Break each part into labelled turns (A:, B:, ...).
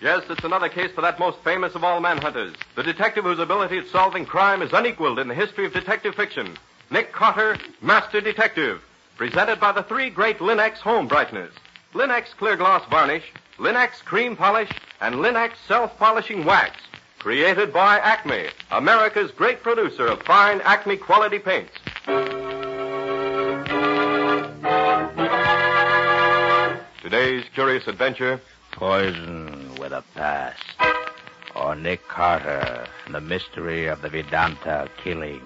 A: Yes, it's another case for that most famous of all manhunters, the detective whose ability at solving crime is unequaled in the history of detective fiction. Nick Carter, Master Detective, presented by the three great Linex home brighteners. Linex clear gloss varnish, Linex cream polish, and Linex self-polishing wax, created by Acme, America's great producer of fine Acme quality paints. Today's curious adventure
B: Poison with a past. Or Nick Carter, the mystery of the Vedanta killings.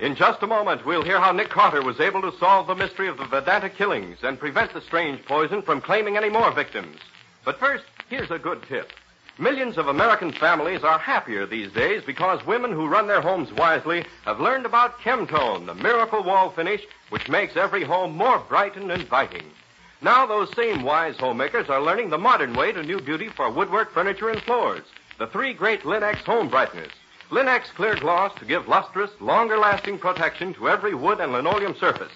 A: In just a moment, we'll hear how Nick Carter was able to solve the mystery of the Vedanta killings and prevent the strange poison from claiming any more victims. But first, here's a good tip. Millions of American families are happier these days because women who run their homes wisely have learned about Chemtone, the miracle wall finish which makes every home more bright and inviting. Now those same wise homemakers are learning the modern way to new beauty for woodwork, furniture, and floors. The three great Linex home brighteners. Linex clear gloss to give lustrous, longer lasting protection to every wood and linoleum surface.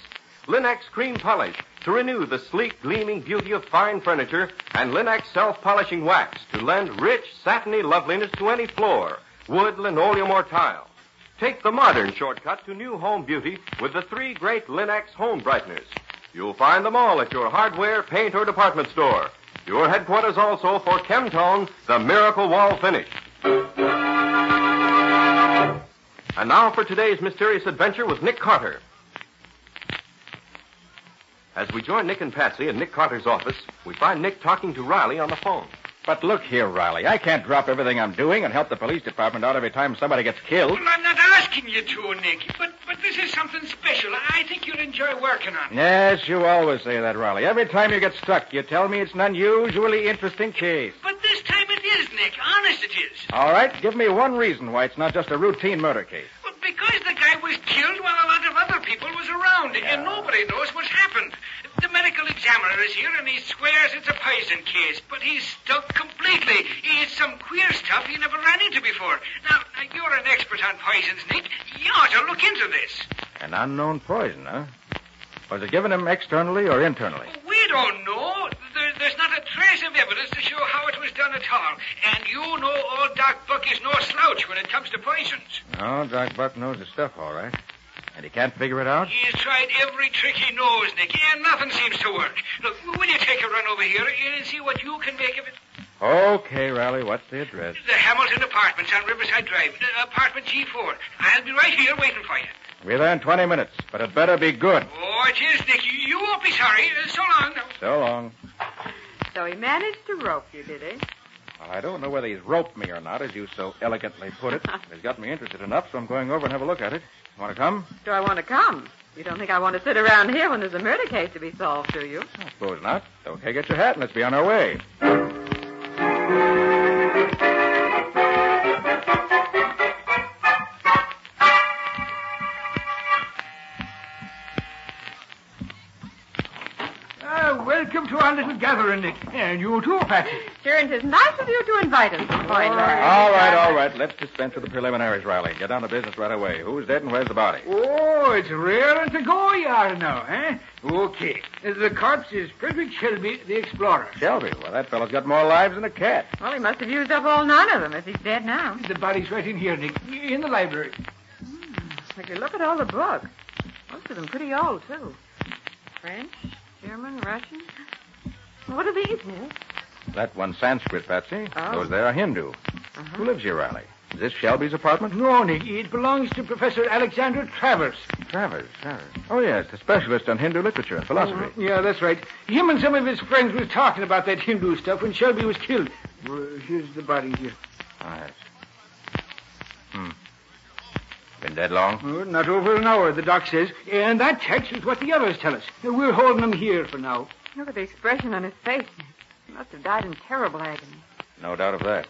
A: Linex cream polish to renew the sleek, gleaming beauty of fine furniture, and Linex self polishing wax to lend rich, satiny loveliness to any floor, wood, linoleum, or tile. Take the modern shortcut to new home beauty with the three great Linex home brighteners. You'll find them all at your hardware, paint, or department store. Your headquarters also for Chemtone, the miracle wall finish. And now for today's mysterious adventure with Nick Carter. As we join Nick and Patsy in Nick Carter's office, we find Nick talking to Riley on the phone.
B: But look here, Riley. I can't drop everything I'm doing and help the police department out every time somebody gets killed.
C: I'm not asking you to, Nick, but, but this is something special. I think you'll enjoy working on it.
B: Yes, you always say that, Riley. Every time you get stuck, you tell me it's an unusually interesting case.
C: But this time it is, Nick. Honest it is.
B: All right, give me one reason why it's not just a routine murder case.
C: Well, because the guy was killed while a lot of other people was around, and nobody knows what's happened. The medical examiner is here, and he swears it's a poison case, but he's stuck completely. He is some queer stuff he never ran into before. Now, now, you're an expert on poisons, Nick. You ought to look into this.
B: An unknown poison, huh? Was it given him externally or internally?
C: We don't know. There, there's not a trace of evidence to show how it was done at all. And you know old Doc Buck is no slouch when it comes to poisons.
B: No, Doc Buck knows his stuff, all right. And he can't figure it out?
C: He's tried every trick he knows, Nick, and nothing seems to work. Look, will you take a run over here and see what you can make of it?
B: Okay, Riley, what's the address?
C: The Hamilton Apartments on Riverside Drive, uh, apartment G4. I'll be right here waiting for you.
B: We're there in 20 minutes, but it better be good.
C: Oh, it is, Nick. You, you won't be sorry. Uh, so long.
B: So long.
D: So he managed to rope you, did he?
B: I don't know whether he's roped me or not, as you so elegantly put it. He's got me interested enough, so I'm going over and have a look at it. Want to come?
D: Do I want to come? You don't think I want to sit around here when there's a murder case to be solved, do you?
B: I suppose not. Okay, get your hat and let's be on our way.
E: Ah, welcome to our little gathering, Nick. And you too, Patsy.
D: Sure, and it's nice of you to invite us. Boy, Larry.
B: All right, all right. Let's dispense with the preliminaries, Riley. Get down to business right away. Who's dead and where's the body?
E: Oh, it's rare and to go you are now, eh? Okay. The corpse is Frederick Shelby, the explorer.
B: Shelby. Well, that fellow's got more lives than a cat.
D: Well, he must have used up all nine of them if he's dead now.
E: The body's right in here, Nick, in the library.
D: If you look at all the books, most of them pretty old, too. French, German, Russian. What are these, Neil?
B: That one's Sanskrit, Patsy.
D: Oh.
B: Those there are Hindu. Who lives here, Riley? Is this Shelby's apartment?
E: No, Nick, it belongs to Professor Alexander Travers.
B: Travers, Travers. Oh, yes, the specialist on Hindu literature and philosophy.
E: Uh-huh, Yeah, that's right. Him and some of his friends were talking about that Hindu stuff when Shelby was killed. Well, here's the body here.
B: Oh, yes. Hmm. Been dead long?
E: Oh, not over an hour, the doc says. And that text is what the others tell us. We're holding him here for now.
D: Look at the expression on his face. He must have died in terrible agony.
B: No doubt of that.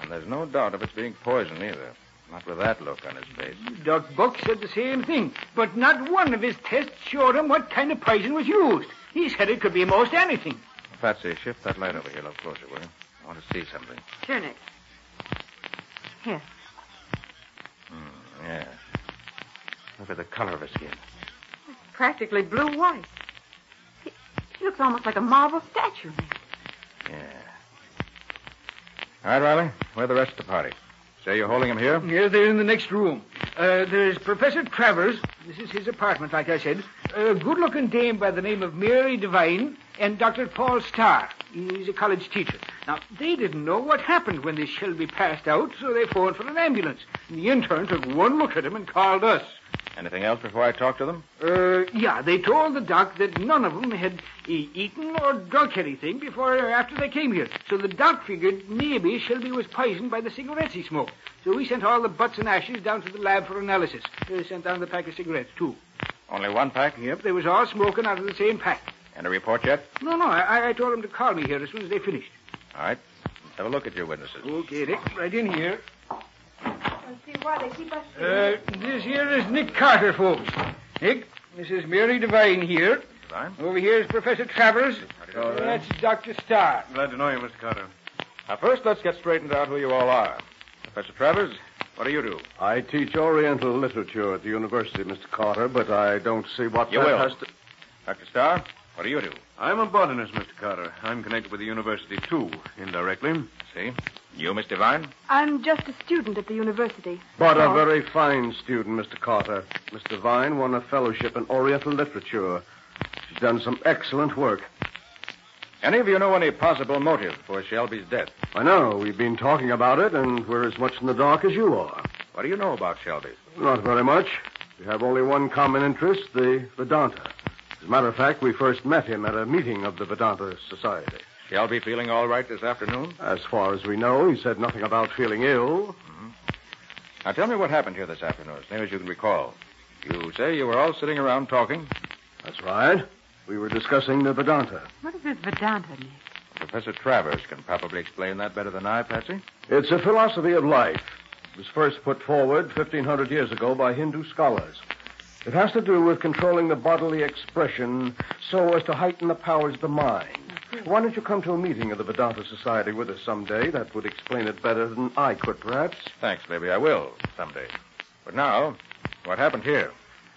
B: And there's no doubt of its being poison either. Not with that look on his face.
E: Doc Buck said the same thing, but not one of his tests showed him what kind of poison was used. He said it could be most anything.
B: Patsy, shift that light over here a little closer, will you? I want to see something.
D: Sure, Nick. Here.
B: Yes. Look at the color of his skin.
D: Practically blue white. He, She looks almost like a marble statue.
B: Yeah. All right, Riley. Where are the rest of the party? Say you're holding them here?
E: Yeah, they're in the next room. Uh, there's Professor Travers. This is his apartment, like I said. A good-looking dame by the name of Mary Devine and Dr. Paul Starr. He's a college teacher. Now, they didn't know what happened when this Shelby passed out, so they phoned for an ambulance. And the intern took one look at him and called us.
B: Anything else before I talk to them?
E: Uh, yeah, they told the doc that none of them had e- eaten or drunk anything before or after they came here. So the doc figured maybe Shelby was poisoned by the cigarettes he smoked. So we sent all the butts and ashes down to the lab for analysis. They sent down the pack of cigarettes, too.
B: Only one pack?
E: Yep, they was all smoking out of the same pack.
B: Any report yet?
E: No, no, I, I told them to call me here as soon as they finished.
B: All right. Let's have a look at your witnesses.
E: Okay, Nick, right in here.
D: And see why they keep us
E: Uh, this here is Nick Carter, folks. Nick, this is Mary Devine here.
B: Devine?
E: Over here is Professor Travers.
B: Hello.
E: That's Dr. Starr.
A: Glad to know you, Mr. Carter.
B: Now, first, let's get straightened out who you all are. Professor Travers, what do you do?
F: I teach Oriental literature at the university, Mr. Carter, but I don't see what
B: You
F: that
B: will.
F: has to.
B: Dr. Starr, what do you do?
A: I'm a botanist, Mr. Carter. I'm connected with the university, too, indirectly.
B: See? You, Miss Devine?
G: I'm just a student at the university.
F: But a very fine student, Mr. Carter. Miss Devine won a fellowship in Oriental literature. She's done some excellent work.
B: Any of you know any possible motive for Shelby's death?
F: I know we've been talking about it, and we're as much in the dark as you are.
B: What do you know about Shelby?
F: Not very much. We have only one common interest, the Vedanta. As a matter of fact, we first met him at a meeting of the Vedanta Society.
B: Shelby feeling all right this afternoon?
F: As far as we know, he said nothing about feeling ill.
B: Now tell me what happened here this afternoon, as near as you can recall. You say you were all sitting around talking.
F: That's right. We were discussing the Vedanta.
D: What is this Vedanta, Nick?
B: Professor Travers can probably explain that better than I, Patsy.
F: It's a philosophy of life. It was first put forward 1,500 years ago by Hindu scholars. It has to do with controlling the bodily expression so as to heighten the powers of the mind. Why don't you come to a meeting of the Vedanta Society with us someday? That would explain it better than I could, perhaps.
B: Thanks, maybe I will someday. But now, what happened here?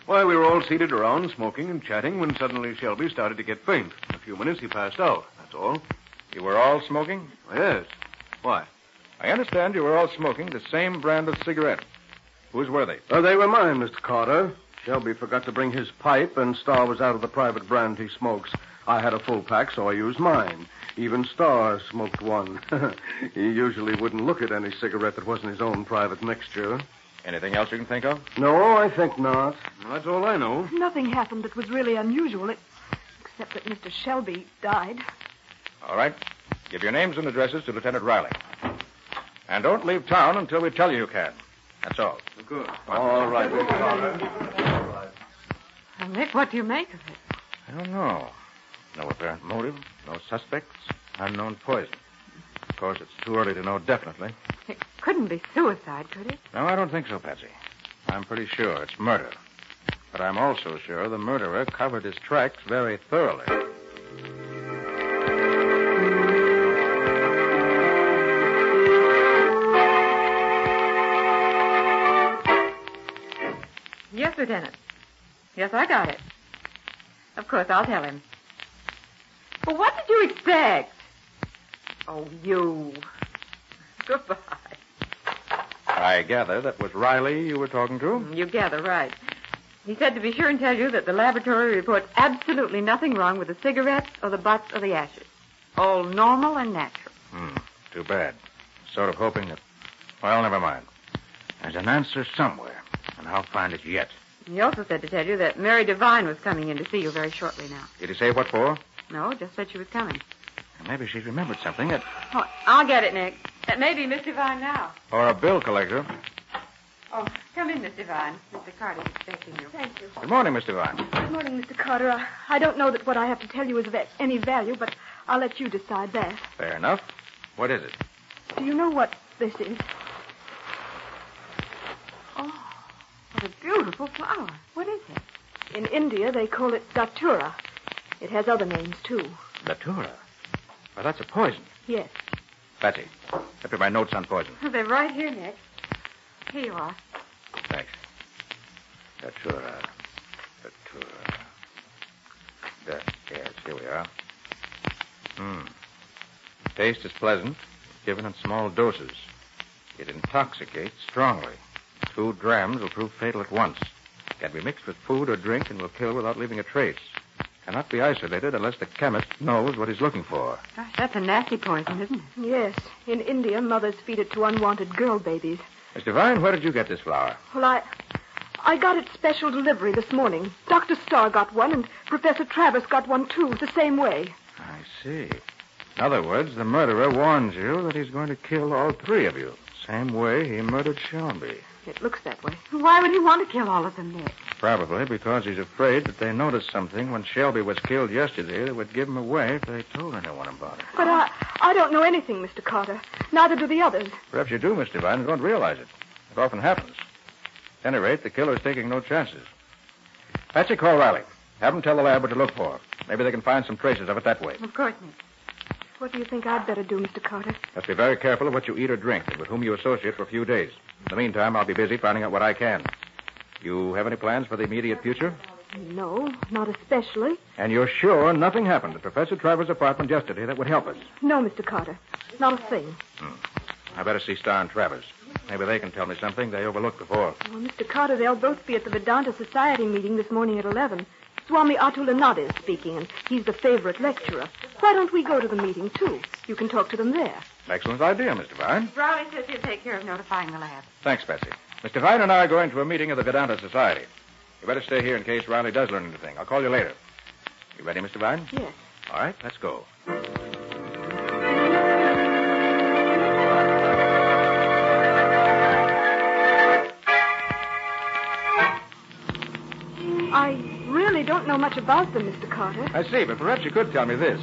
A: Why, we were all seated around, smoking and chatting, when suddenly Shelby started to get faint. In a few minutes, he passed out. That's all. Oh,
B: You were all smoking?
A: Yes. Why?
B: I understand you were all smoking the same brand of cigarette. Whose were they?
F: Uh, they were mine, Mr. Carter. Shelby forgot to bring his pipe, and Starr was out of the private brand he smokes. I had a full pack, so I used mine. Even Starr smoked one. he usually wouldn't look at any cigarette that wasn't his own private mixture.
B: Anything else you can think of?
F: No, I think not.
A: Well, that's all I know.
G: Nothing happened that was really unusual, e- except that Mr. Shelby died.
B: All right. Give your names and addresses to Lieutenant Riley. And don't leave town until we tell you you can. That's all.
A: Good.
F: All right, Mr. Carter.
D: Well, Nick, what do you make of it?
B: I don't know. No apparent motive, no suspects, unknown poison. Of course, it's too early to know definitely.
D: It couldn't be suicide, could it?
B: No, I don't think so, Patsy. I'm pretty sure it's murder. But I'm also sure the murderer covered his tracks very thoroughly.
D: Yes, Lieutenant. Yes, I got it. Of course, I'll tell him. But what did you expect? Oh, you. Goodbye.
B: I gather that was Riley you were talking to.
D: You gather right. He said to be sure and tell you that the laboratory reports absolutely nothing wrong with the cigarettes or the butts or the ashes. All normal and natural.
B: Hmm. Too bad. Sort of hoping that. Well, never mind. There's an answer somewhere, and I'll find it yet.
D: He also said to tell you that Mary Devine was coming in to see you very shortly now.
B: Did he say what for?
D: No, just said she was coming.
B: Maybe she remembered something that.
D: Oh, I'll get it, Nick. That may be Miss Devine now.
B: Or a bill collector.
D: Oh, come in, Miss Devine. Mr. Carter's expecting you.
G: Thank you.
B: Good morning, Miss Devine.
G: Good morning, Mr. Carter. I, I don't know that what I have to tell you is of a- any value, but I'll let you decide that.
B: Fair enough. What is it?
G: Do you know what this is?
D: What a beautiful flower. What is it?
G: In India, they call it datura. It has other names, too.
B: Datura. Well, that's a poison.
G: Yes.
B: Patsy, let me my notes on poison.
D: They're right here, Nick. Here you are.
B: Thanks. Datura. Datura. Da- Yes, yes, Here we are. Hmm. Taste is pleasant, given in small doses. It intoxicates strongly. Two drams will prove fatal at once. Can be mixed with food or drink and will kill without leaving a trace. Cannot be isolated unless the chemist knows what he's looking for.
D: Gosh, that's a nasty poison, isn't it?
G: Yes, in India, mothers feed it to unwanted girl babies.
B: Miss Devine, where did you get this flower?
G: Well, I, I got it special delivery this morning. Dr. Starr got one, and Professor Travis got one, too, the same way.
B: I see. In other words, the murderer warns you that he's going to kill all three of you. Same way he murdered Shelby.
D: It looks that way. Why would he want to kill all of them, Nick?
B: Probably because he's afraid that they noticed something when Shelby was killed yesterday that would give him away if they told anyone about it.
G: But I, I don't know anything, Mr. Carter. Neither do the others.
B: Perhaps you do, Miss Devine, and don't realize it. It often happens. At any rate, the killer's taking no chances. Patsy, call Riley. Have him tell the lab what to look for. Maybe they can find some traces of it that way.
D: Of course, Nick.
G: What do you think I'd better do, Mr. Carter?
B: Must be very careful of what you eat or drink and with whom you associate for a few days. In the meantime, I'll be busy finding out what I can. You have any plans for the immediate future?
G: No, not especially.
B: And you're sure nothing happened at Professor Travers' apartment yesterday that would help us?
G: No, Mr. Carter, not a thing.
B: I better see Star and Travers. Maybe they can tell me something they overlooked before.
G: Well, Mr. Carter, they'll both be at the Vedanta Society meeting this morning at 11. Swami Atulanada is speaking, and he's the favorite lecturer. Why don't we go to the meeting, too? You can talk to them there.
B: Excellent idea, Miss Devine.
D: Riley says he'll take care of notifying the lab.
B: Thanks, Patsy. Miss Devine and I are going to a meeting of the Vedanta Society. You better stay here in case Riley does learn anything. I'll call you later. You ready, Miss Devine?
G: Yes.
B: All right, let's go.
G: I really don't know much about them, Mr. Carter.
B: I see, but perhaps you could tell me this.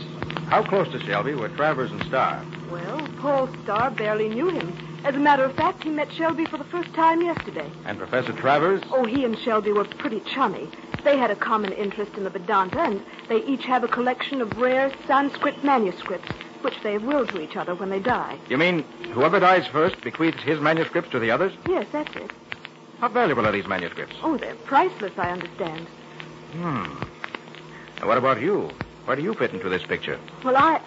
B: How close to Shelby were Travers and Star?
G: Well, Paul Starr barely knew him. As a matter of fact, he met Shelby for the first time yesterday.
B: And Professor Travers?
G: Oh, he and Shelby were pretty chummy. They had a common interest in the Vedanta, and they each have a collection of rare Sanskrit manuscripts, which they will to each other when they die.
B: You mean whoever dies first bequeaths his manuscripts to the others?
G: Yes, that's it.
B: How valuable are these manuscripts?
G: Oh, they're priceless, I understand.
B: Hmm. And what about you? Where do you fit into this picture?
G: Well, I.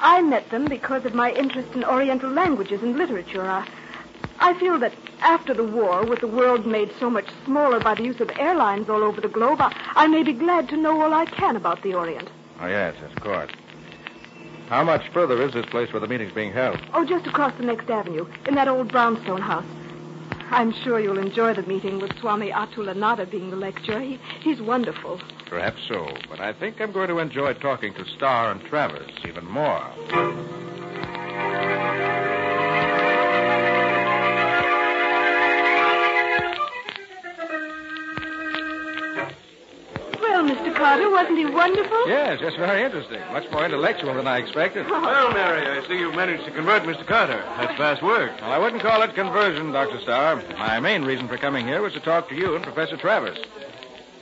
G: I met them because of my interest in Oriental languages and literature. I, I feel that after the war, with the world made so much smaller by the use of airlines all over the globe, I, I may be glad to know all I can about the Orient.
B: Oh, yes, of course. How much further is this place where the meeting's being held?
G: Oh, just across the next avenue, in that old brownstone house. I'm sure you'll enjoy the meeting with Swami Atulanada being the lecturer. He, he's wonderful.
B: Perhaps so, but I think I'm going to enjoy talking to Starr and Travers even more.
G: Well, Mr. Carter, wasn't he wonderful?
B: Yes, that's very interesting. Much more intellectual than I expected.
A: Well, Mary, I see you've managed to convert Mr. Carter. That's fast work.
B: Well, I wouldn't call it conversion, Dr. Starr. My main reason for coming here was to talk to you and Professor Travers.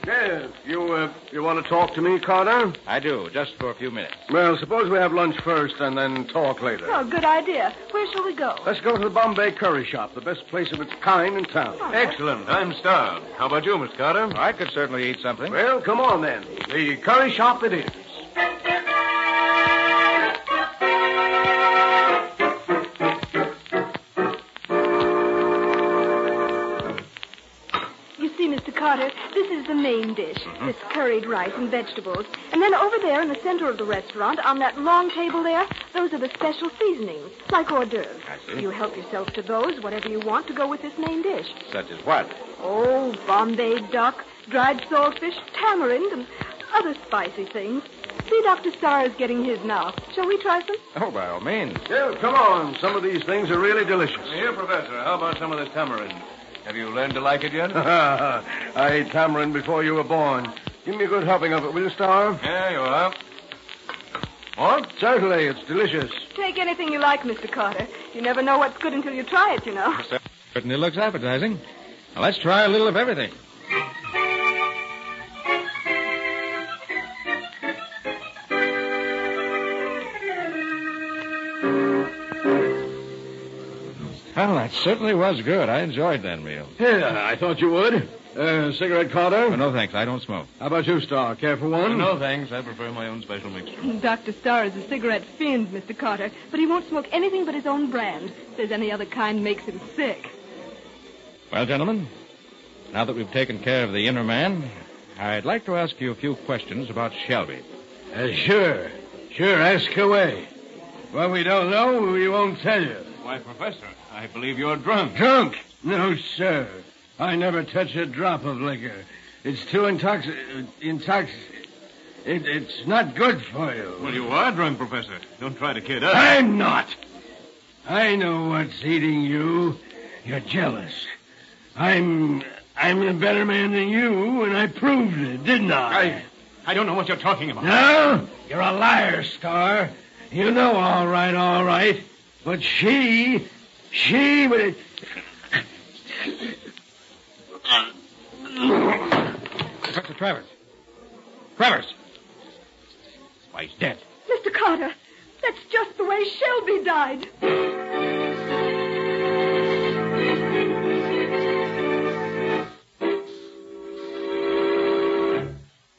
A: Yes, you, uh, you want to talk to me, Carter?
B: I do, just for a few minutes.
A: Well, suppose we have lunch first and then talk later.
G: Oh, good idea. Where shall we go?
A: Let's go to the Bombay Curry Shop, the best place of its kind in town. Excellent. I'm starved. How about you, Miss Carter?
B: I could certainly eat something.
A: Well, come on then. The curry shop it is.
G: You see, Mr. Carter, this is the main dish.
B: Mm-hmm.
G: This curried rice and vegetables. And then over there in the center of the restaurant, on that long table there, those are the special seasonings, like hors d'oeuvres.
B: I see.
G: You help yourself to those, whatever you want to go with this main dish.
B: Such as what?
G: Oh, Bombay duck, dried saltfish, tamarind, and other spicy things. See, Dr. Starr is getting his now. Shall we try some?
B: Oh, by all means.
A: Yeah, come on. Some of these things are really delicious. Here, Professor, how about some of this tamarind? Have you learned to like it yet? I ate tamarind before you were born. Give me a good helping of it, will you, Star? Yeah, you are. What? Certainly, it's delicious.
G: Take anything you like, Mr. Carter. You never know what's good until you try it, you know.
B: Certainly looks appetizing. Now, let's try a little of everything. Well, that certainly was good. I enjoyed that meal.
A: Yeah, I thought you would.
F: Uh, cigarette, Carter?
B: Oh, no thanks. I don't smoke.
F: How about you, Star? Care for one?
B: Oh, thanks. I prefer my own special mixture.
G: Dr. Starr is a cigarette fiend, Mr. Carter, but he won't smoke anything but his own brand. Says any other kind makes him sick.
B: Well, gentlemen, now that we've taken care of the inner man, I'd like to ask you a few questions about Shelby.
F: Uh, sure. Sure, ask away. What we don't know, we won't tell you.
B: Why, Professor, I believe you're drunk.
F: Drunk? No, sir. I never touch a drop of liquor. It's too intoxic... Intox... It, it's not good for you.
B: you are drunk, Professor. Don't try to kid
F: I'm not. I know what's eating you. You're jealous. I'm... I'm a better man than you, and I proved it, didn't I?
B: I don't know what you're talking about.
F: No? You're a liar, Star. You know all right, all right. But she... She... would.
B: Professor Travers. Travers! Why, he's dead.
G: Mr. Carter, that's just the way Shelby died.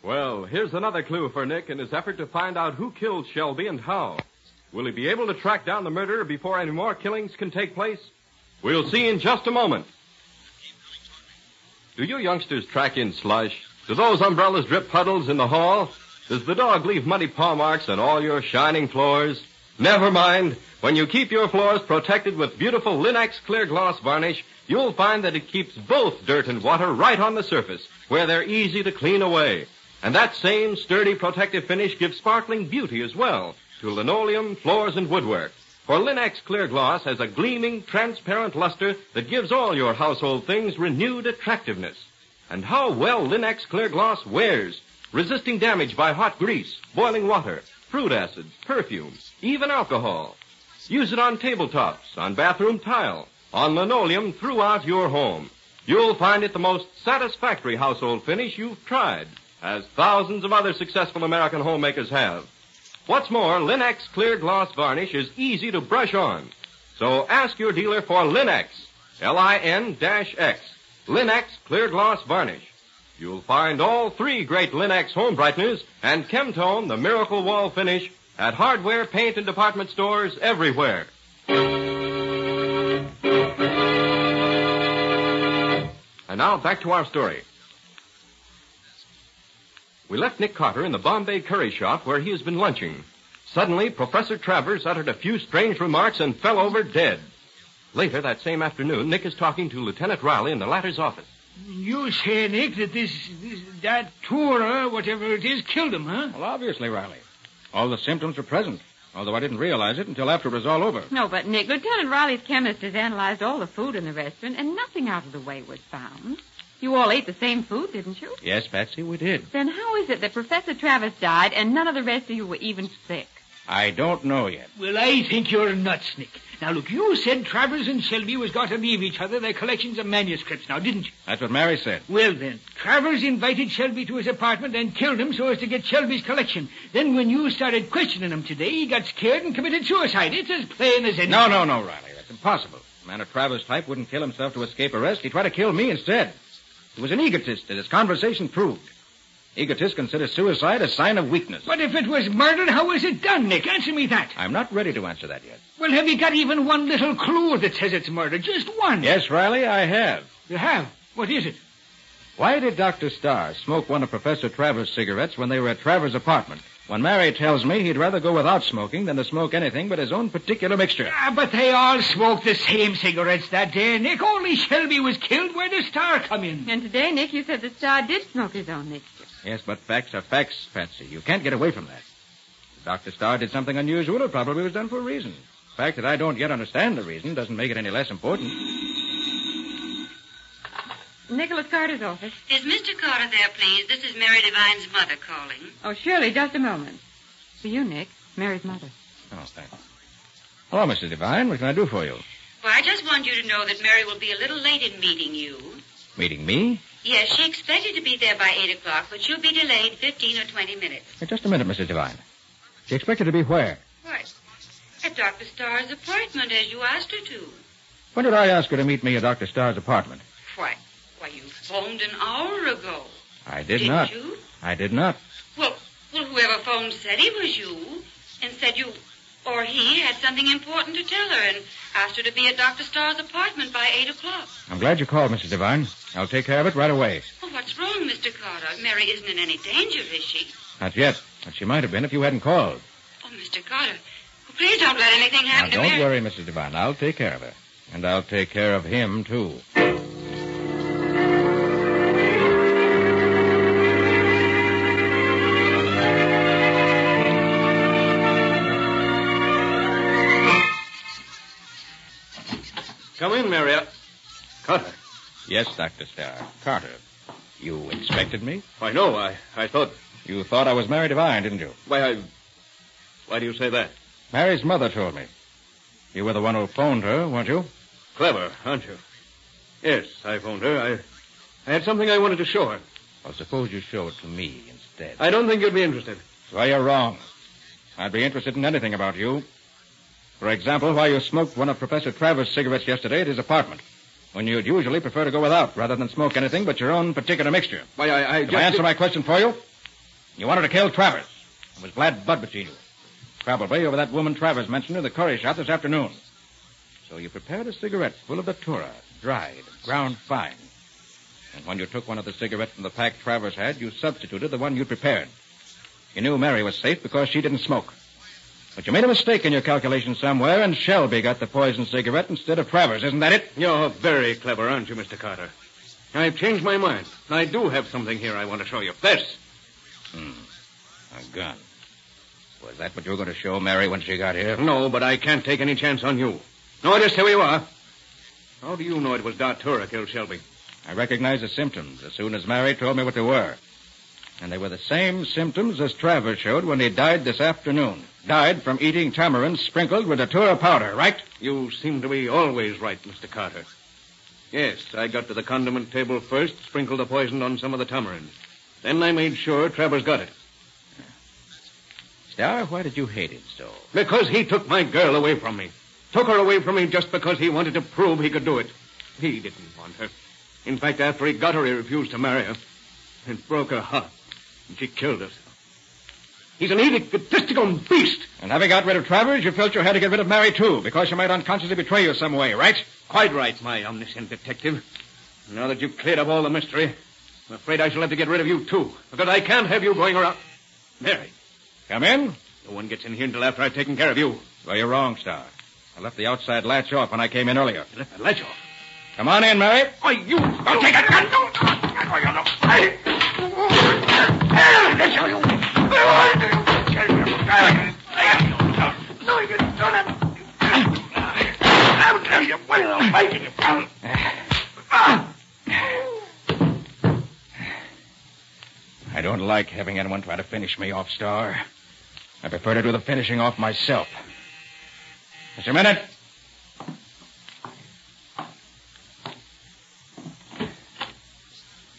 A: Well, here's another clue for Nick in his effort to find out who killed Shelby and how. Will he be able to track down the murderer before any more killings can take place? We'll see in just a moment. Do you youngsters track in slush? Do those umbrellas drip puddles in the hall? Does the dog leave muddy paw marks on all your shining floors? Never mind. When you keep your floors protected with beautiful Linex clear gloss varnish, you'll find that it keeps both dirt and water right on the surface, where they're easy to clean away. And that same sturdy protective finish gives sparkling beauty as well to linoleum, floors, and woodwork. For Linex Clear Gloss has a gleaming, transparent luster that gives all your household things renewed attractiveness. And how well Linex Clear Gloss wears, resisting damage by hot grease, boiling water, fruit acids, perfume, even alcohol. Use it on tabletops, on bathroom tile, on linoleum throughout your home. You'll find it the most satisfactory household finish you've tried as thousands of other successful American homemakers have. What's more, Linex Clear Gloss Varnish is easy to brush on. So ask your dealer for Linex, L-I-N-X, Linex Clear Gloss Varnish. You'll find all three great Linex home brighteners and Chemtone, the miracle wall finish, at hardware, paint, and department stores everywhere. And now back to our story. We left Nick Carter in the Bombay Curry Shop where he has been lunching. Suddenly, Professor Travers uttered a few strange remarks and fell over dead. Later that same afternoon, Nick is talking to Lieutenant Riley in the latter's office.
E: You say, Nick, that this, this that tourer, whatever it is, killed him, huh?
B: Well, obviously, Riley. All the symptoms are present, although I didn't realize it until after it was all over.
D: No, but Nick, Lieutenant Riley's chemist has analyzed all the food in the restaurant, and nothing out of the way was found. You all ate the same food, didn't you?
B: Yes, Patsy, we did.
D: Then how is it that Professor Travis died and none of the rest of you were even sick?
B: I don't know yet.
E: Well, I think you're nuts, Nick. Now, look, you said Travers and Shelby was going to leave each other their collections of manuscripts now, didn't you?
B: That's what Mary said.
E: Well, then, Travers invited Shelby to his apartment and killed him so as to get Shelby's collection. Then when you started questioning him today, he got scared and committed suicide. It's as plain as anything.
B: No, no, no, Riley. That's impossible. A man of Travers' type wouldn't kill himself to escape arrest. He tried to kill me instead. He was an egotist, as his conversation proved. Egotists consider suicide a sign of weakness.
E: But if it was murder, how was it done, Nick? Answer me that.
B: I'm not ready to answer that yet.
E: Well, have you got even one little clue that says it's murder? Just one.
B: Yes, Riley, I have.
E: You have. What is it?
B: Why did Dr. Starr smoke one of Professor Travers' cigarettes when they were at Travers' apartment? When Mary tells me he'd rather go without smoking than to smoke anything but his own particular mixture.
E: Ah, but they all smoked the same cigarettes that day, Nick. Only Shelby was killed. Where did Star come in?
D: And today, Nick, you said the star did smoke his own mixture.
B: Yes, but facts are facts, Patsy. You can't get away from that. If Dr. Starr did something unusual, it probably was done for a reason. The fact that I don't yet understand the reason doesn't make it any less important.
D: Nicholas Carter's office.
H: Is Mr. Carter there, please? This is Mary Devine's mother calling.
D: Oh, surely, just a moment. For you, Nick, Mary's mother.
B: Oh, thanks. Hello, Mrs. Devine. What can I do for you?
H: Well, I just want you to know that Mary will be a little late in meeting you.
B: Meeting me?
H: Yes, she expected to be there by 8 o'clock, but she'll be delayed 15 or 20 minutes.
B: Hey, just a minute, Mrs. Devine. She expected to be where?
H: What? At Dr. Starr's apartment, as you asked her to.
B: When did I ask her to meet me at Dr. Starr's apartment?
H: Why, Why, you phoned an hour ago.
B: I did
H: Didn't
B: not.
H: you?
B: I did not.
H: Well, well, whoever phoned said it was you, and said you or he had something important to tell her, and asked her to be at Dr. Starr's apartment by 8 o'clock.
B: I'm glad you called, Mrs. Devine. I'll take care of it right away.
H: Well, what's wrong, Mr. Carter? Mary isn't in any danger, is she?
B: Not yet, but she might have been if you hadn't called.
H: Oh, Mr. Carter, well, please don't let anything
B: Now,
H: happen to
B: don't
H: Mary.
B: worry, Mrs. Devine. I'll take care of her. And I'll take care of him, too.
F: Come in, Mary. Carter.
B: Yes, Dr. Starr. Carter, you expected me?
F: Why, no, I, I thought.
B: You thought I was Mary Devine, didn't you?
F: Why, I. Why do you say that?
B: Mary's mother told me. You were the one who phoned her, weren't you?
F: Clever, aren't you? Yes, I phoned her. I, I had something I wanted to show her.
B: Well, suppose you show it to me instead.
F: I don't think you'd be interested.
B: Well, you're wrong. I'd be interested in anything about you. For example, why you smoked one of Professor Travers' cigarettes yesterday at his apartment, when you'd usually prefer to go without rather than smoke anything but your own particular mixture.
F: Why, I, I
B: Did I answer my question for you? You wanted to kill Travers. It was Vlad Budbachino. Probably over that woman Travers mentioned in the curry shop this afternoon. So you prepared a cigarette full of Datura, dried, ground fine. And when you took one of the cigarettes from the pack Travers had, you substituted the one you'd prepared. You knew Mary was safe because she didn't smoke. But you made a mistake in your calculation somewhere, and Shelby got the poison cigarette instead of Travers. Isn't that it?
F: You're very clever, aren't you, Mr. Carter? I've changed my mind. I do have something here I want to show you. This.
B: Hmm. A gun. Was that what you were going to show Mary when she got here?
F: No, but I can't take any chance on you. Notice here you are. How do you know it was Dartura killed Shelby?
B: I recognized the symptoms as soon as Mary told me what they were. And they were the same symptoms as Travers showed when he died this afternoon. Died from eating tamarind sprinkled with Datura powder, right?
F: You seem to be always right, Mr. Carter. Yes, I got to the condiment table first, sprinkled the poison on some of the tamarind. Then I made sure Travers got it.
B: Star, why did you hate him so?
F: Because he took my girl away from me. Took her away from me just because he wanted to prove he could do it. He didn't want her. In fact, after he got her, he refused to marry her. It broke her heart. And she killed herself. He's an egotistical beast.
B: And having got rid of Travers, you felt you had to get rid of Mary, too, because she might unconsciously betray you some way, right?
F: Quite right, my omniscient detective. Now that you've cleared up all the mystery, I'm afraid I shall have to get rid of you, too. Because I can't have you going around. Mary,
B: Come in.
F: no one gets in here until after I've taken care of you.
B: Well, you're wrong, Star. I left the outside latch off when I came in earlier.
F: You left the ledge off.
B: Come on in, Mary.
F: Why, you... Don't take it, gun! Don't! Oh, you look... I... Let you... No, you don't. I'll tell you when I'll fight you.
B: I don't like having anyone try to finish me off, Star. I prefer to do the finishing off myself. Just a minute.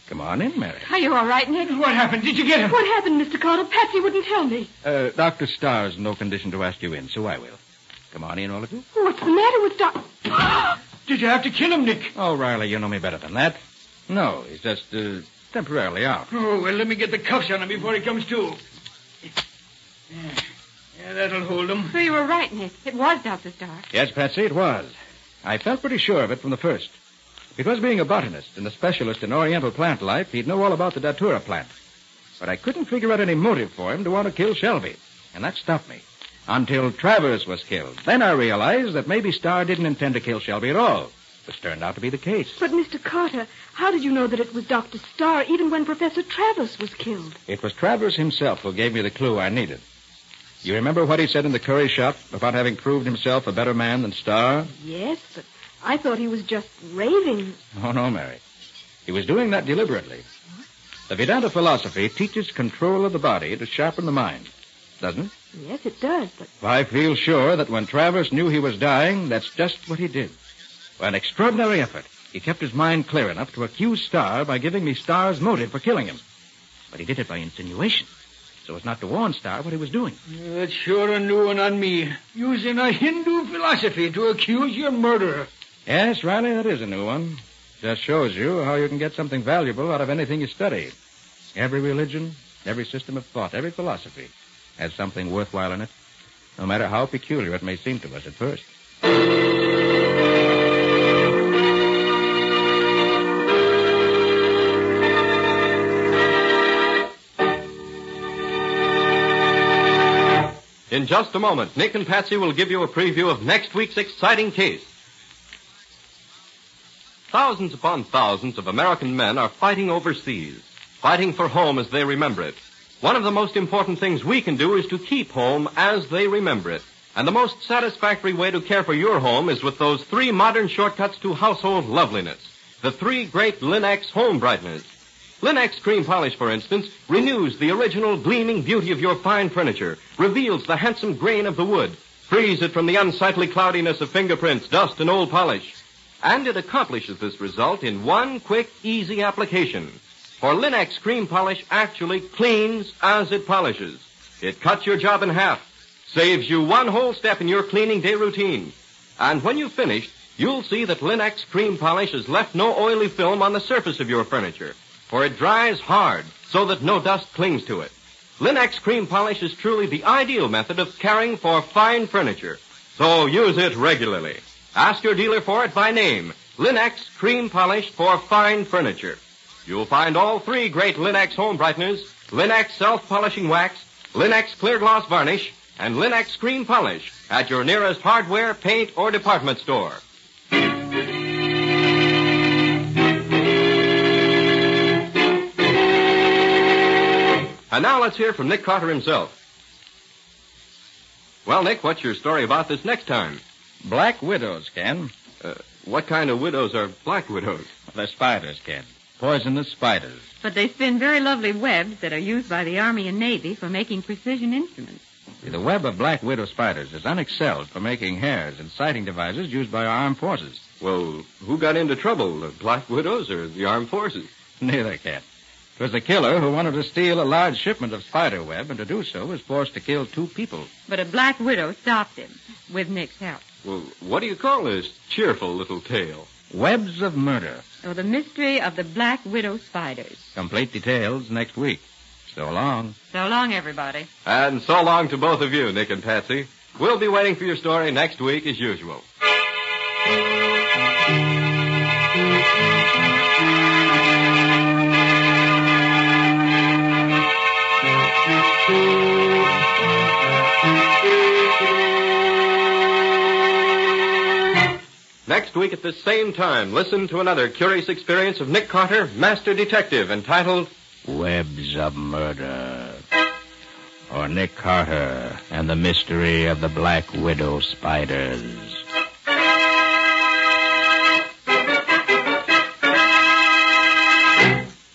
B: Come on in, Mary.
D: Are you all right, Nick?
I: What happened? Did you get him?
G: What happened, Mr. Carter? Patsy wouldn't tell me.
B: Uh, Dr. Starr's in no condition to ask you in, so I will. Come on in, all of you.
G: What's the matter with Doc?
I: Did you have to kill him, Nick?
B: Oh, Riley, you know me better than that. No, he's just uh, temporarily out.
I: Oh, well, let me get the cuffs on him before he comes to. Yeah. Yeah, that'll hold him.
D: So you were right, Nick. It was Dr. Starr.
B: Yes, Patsy, it was. I felt pretty sure of it from the first. Because being a botanist and a specialist in oriental plant life, he'd know all about the Datura plant. But I couldn't figure out any motive for him to want to kill Shelby, and that stopped me. Until Travers was killed. Then I realized that maybe Starr didn't intend to kill Shelby at all, which turned out to be the case.
G: But, Mr. Carter, how did you know that it was Dr. Starr even when Professor Travers was killed?
B: It was Travers himself who gave me the clue I needed. You remember what he said in the curry shop about having proved himself a better man than Starr?
G: Yes, but I thought he was just raving.
B: Oh, no, Mary. He was doing that deliberately. The Vedanta philosophy teaches control of the body to sharpen the mind, doesn't it?
G: Yes, it does, but
B: I feel sure that when Travers knew he was dying, that's just what he did. By an extraordinary effort, he kept his mind clear enough to accuse Starr by giving me Starr's motive for killing him. But he did it by insinuation, so as not to warn Starr what he was doing.
I: That's sure a new one on me. Using a Hindu philosophy to accuse your murderer.
B: Yes, Riley, that is a new one. Just shows you how you can get something valuable out of anything you study. Every religion, every system of thought, every philosophy has something worthwhile in it, no matter how peculiar it may seem to us at first.
A: In just a moment, Nick and Patsy will give you a preview of next week's exciting case. Thousands upon thousands of American men are fighting overseas, fighting for home as they remember it. One of the most important things we can do is to keep home as they remember it. And the most satisfactory way to care for your home is with those three modern shortcuts to household loveliness. The three great Linex home brighteners. Linex cream polish, for instance, renews the original gleaming beauty of your fine furniture, reveals the handsome grain of the wood, frees it from the unsightly cloudiness of fingerprints, dust, and old polish. And it accomplishes this result in one quick, easy application. For Linex cream polish actually cleans as it polishes. It cuts your job in half, saves you one whole step in your cleaning day routine. And when you've finished, you'll see that Linex cream polish has left no oily film on the surface of your furniture for it dries hard so that no dust clings to it. Linex cream polish is truly the ideal method of caring for fine furniture, so use it regularly. Ask your dealer for it by name, Linex cream polish for fine furniture. You'll find all three great Linex home brighteners, Linex self-polishing wax, Linex clear gloss varnish, and Linex cream polish at your nearest hardware, paint, or department store. And now let's hear from Nick Carter himself. Well, Nick, what's your story about this next time?
B: Black widows, Ken.
A: Uh, what kind of widows are black widows?
B: They're spiders, Ken. Poisonous spiders.
D: But they spin very lovely webs that are used by the Army and Navy for making precision instruments.
B: The web of black widow spiders is unexcelled for making hairs and sighting devices used by our armed forces.
A: Well, who got into trouble, the black widows or the armed forces?
B: Neither, Ken. It was the killer who wanted to steal a large shipment of spider web, and to do so was forced to kill two people.
D: But a black widow stopped him with Nick's help.
A: Well, what do you call this cheerful little tale?
B: Webs of murder.
D: So Oh, the mystery of the black widow spiders.
B: Complete details next week. So long.
D: So long, everybody.
A: And so long to both of you, Nick and Patsy. We'll be waiting for your story next week as usual. Next week at this same time, listen to another curious experience of Nick Carter, Master Detective, entitled
B: Webs of Murder. Or Nick Carter and the Mystery of the Black Widow Spiders.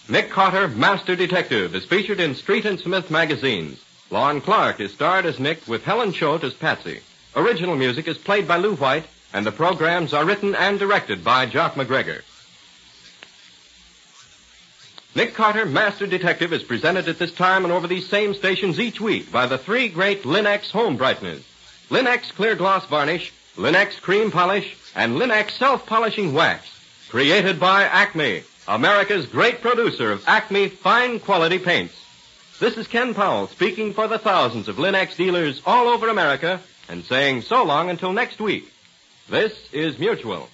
A: Nick Carter, Master Detective, is featured in Street and Smith magazines. Lon Clark is starred as Nick with Helen Choate as Patsy. Original music is played by Lou White, and the programs are written and directed by Jock McGregor. Nick Carter, Master Detective, is presented at this time and over these same stations each week by the three great Linex home brighteners. Linex clear gloss varnish, Linex cream polish, and Linex self-polishing wax. Created by Acme, America's great producer of Acme fine quality paints. This is Ken Powell speaking for the thousands of Linex dealers all over America and saying so long until next week. This is Mutual.